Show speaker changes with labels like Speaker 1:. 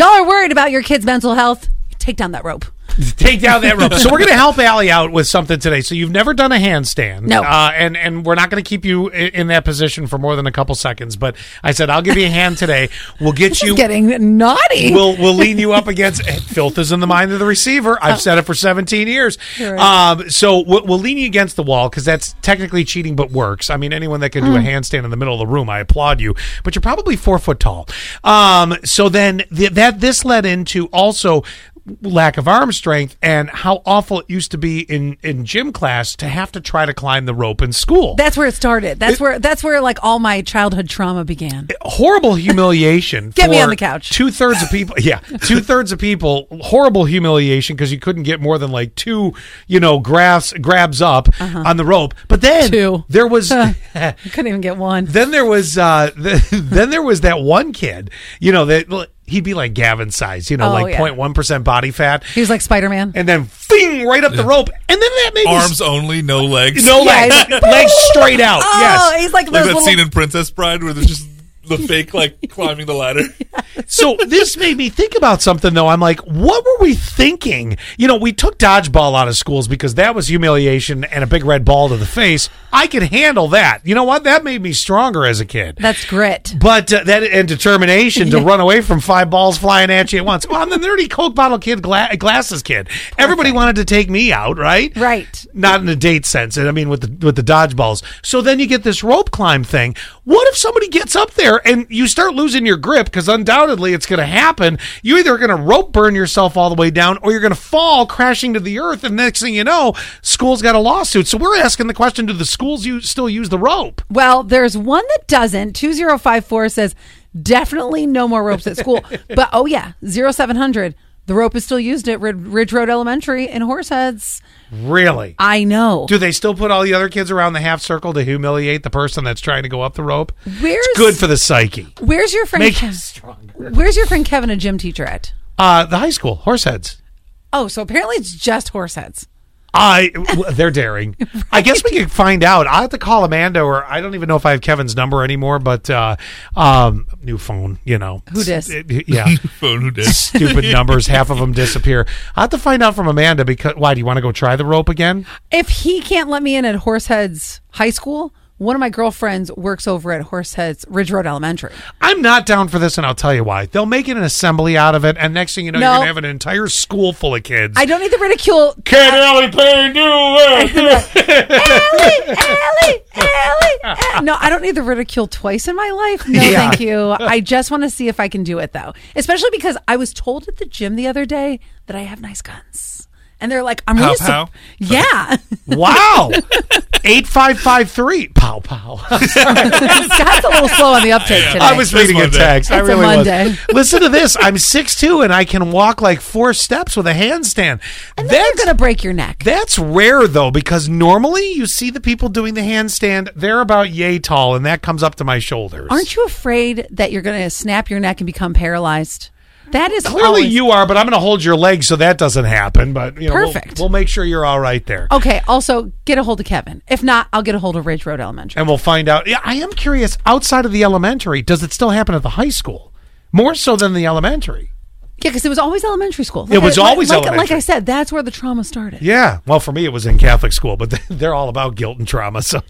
Speaker 1: worried about your kid's mental health, take down that rope.
Speaker 2: Take down that rope. So we're going to help Allie out with something today. So you've never done a handstand,
Speaker 1: No.
Speaker 2: Uh, and and we're not going to keep you i- in that position for more than a couple seconds. But I said I'll give you a hand today. We'll get
Speaker 1: This
Speaker 2: you.
Speaker 1: is getting naughty.
Speaker 2: We'll we'll lean you up against eh, filth is in the mind of the receiver. I've said it for 17 years. Um, so we'll, we'll lean you against the wall because that's technically cheating, but works. I mean, anyone that can do a handstand in the middle of the room, I applaud you. But you're probably four foot tall. Um, so then th- that this led into also lack of arm strength and how awful it used to be in in gym class to have to try to climb the rope in school.
Speaker 1: that's where it started. That's where that's where like all my childhood trauma began.
Speaker 2: horrible humiliation.
Speaker 1: Get me on the couch.
Speaker 2: Two thirds of people, yeah, two thirds of people, horrible humiliation because you couldn't get more than like two, you know, grabs grabs up on the rope. But then
Speaker 1: Uh-huh. Two.
Speaker 2: there was.
Speaker 1: I couldn't even get one.
Speaker 2: then there was uh, th- then there was that one kid, you know, that he'd be like Gavin size, you know,
Speaker 1: Oh,
Speaker 2: like
Speaker 1: yeah.
Speaker 2: 0.1 percent body fat,
Speaker 1: He was like Spider Man.
Speaker 2: and then fing right up the rope, and then that made me s-
Speaker 3: Arms only, no legs.
Speaker 2: no
Speaker 1: Yeah, he's
Speaker 2: legs, legs straight out.
Speaker 1: Oh,
Speaker 2: yes,
Speaker 1: he's like,
Speaker 3: like
Speaker 1: those
Speaker 3: that
Speaker 1: little,
Speaker 3: scene in Princess Bride where there's just the fake like climbing the ladder.
Speaker 2: So this made me think about something though. I'm like, what were we thinking? You know, we took dodgeball out of schools because that was humiliation and a big red ball to the face. I could handle that. You know what? That made me stronger as a kid.
Speaker 1: That's grit.
Speaker 2: but uh, that and determination to run away from five balls flying at you at once. Well, I'm the nerdy Coke bottle kid, gla- glasses kid. Everybody wanted to take me out, right?
Speaker 1: Right.
Speaker 2: Not in a date sense. and I mean with the with the dodgeballs. So then you get this rope climb thing. What if somebody gets up there and you start losing your grip? Because undoubtedly it's going to happen. You either going to rope burn yourself all the way down, or you're going to fall crashing to the earth. And next thing you know, school's got a lawsuit. So we're asking the question: Do the schools use, still use the rope?
Speaker 1: Well, there's one that doesn't. 2054 says definitely no more ropes at school. but oh, yeah, 0700. The rope is still used at Rid- Ridge Road Elementary in Horseheads.
Speaker 2: Really?
Speaker 1: I know.
Speaker 2: Do they still put all the other kids around the half circle to humiliate the person that's trying to go up the rope?
Speaker 1: Where's-
Speaker 2: it's good for the psyche.
Speaker 1: Where's your friend?
Speaker 2: Make
Speaker 1: Kev-
Speaker 2: you stronger.
Speaker 1: Where's your friend Kevin, a gym teacher at?
Speaker 2: Uh, the high school horseheads.
Speaker 1: Oh, so apparently it's just Horseheads.
Speaker 2: I w- they're daring. I guess we could find out. I will have to call Amanda, or I don't even know if I have Kevin's number anymore. But uh, um, new phone, you know.
Speaker 1: Who dis?
Speaker 2: It- Yeah.
Speaker 3: Phone who did?
Speaker 2: Stupid numbers. Half of them disappear. I will have to find out from Amanda because why do you want to go try the rope again?
Speaker 1: If he can't let me in at Horseheads High School, one of my girlfriends works over at Horseheads Ridge Road Elementary.
Speaker 2: I'm not down for this, and I'll tell you why. They'll make it an assembly out of it, and next thing you know,
Speaker 1: No.
Speaker 2: you're gonna have an entire school full of kids.
Speaker 1: I don't need the ridicule.
Speaker 2: Can Ellie Payne do it?
Speaker 1: Ellie, Ellie, Ellie. Eh, No, I don't need the ridicule twice in my life. No,
Speaker 2: Yeah.
Speaker 1: thank you. I just want to see if I can do it though. Especially because I was told at the gym the other day that I have nice guns. And they're like, I'm
Speaker 3: Pow,
Speaker 1: really su-
Speaker 3: pow?
Speaker 1: Yeah.
Speaker 2: Wow. 8553. Pow, pow.
Speaker 1: Scott's a little slow on the uptake today.
Speaker 2: I was
Speaker 3: This
Speaker 2: reading a
Speaker 3: Monday.
Speaker 2: text. I
Speaker 1: It's a
Speaker 2: really
Speaker 1: Monday.
Speaker 2: was. Listen to this. I'm 6'2 and I can walk like four steps with a handstand.
Speaker 1: They're
Speaker 2: That's,
Speaker 1: gonna break your neck.
Speaker 2: that's rare, though, because normally you see the people doing the handstand. They're about yay tall, and that comes up to my shoulders.
Speaker 1: Aren't you afraid that you're gonna snap your neck and become paralyzed? That is
Speaker 2: Clearly
Speaker 1: always-
Speaker 2: you are, but I'm going to hold your leg so that doesn't happen. But you know, we'll-
Speaker 1: Perfect. Oh.
Speaker 2: We'll, make sure you're all right there.
Speaker 1: Okay, also get a hold of Kevin. If not, I'll get a hold of Ridge Road Elementary.
Speaker 2: and we'll find out. Yeah, I am curious. Outside of the elementary, does it still happen at the high school? More so than the elementary.
Speaker 1: Yeah, because it was always elementary school.
Speaker 2: It was
Speaker 1: I-
Speaker 2: always
Speaker 1: like, Like
Speaker 2: elementary.
Speaker 1: I said, that's where the trauma started.
Speaker 2: Yeah. Well, for me, it was in Catholic school, but they're all about guilt and trauma. So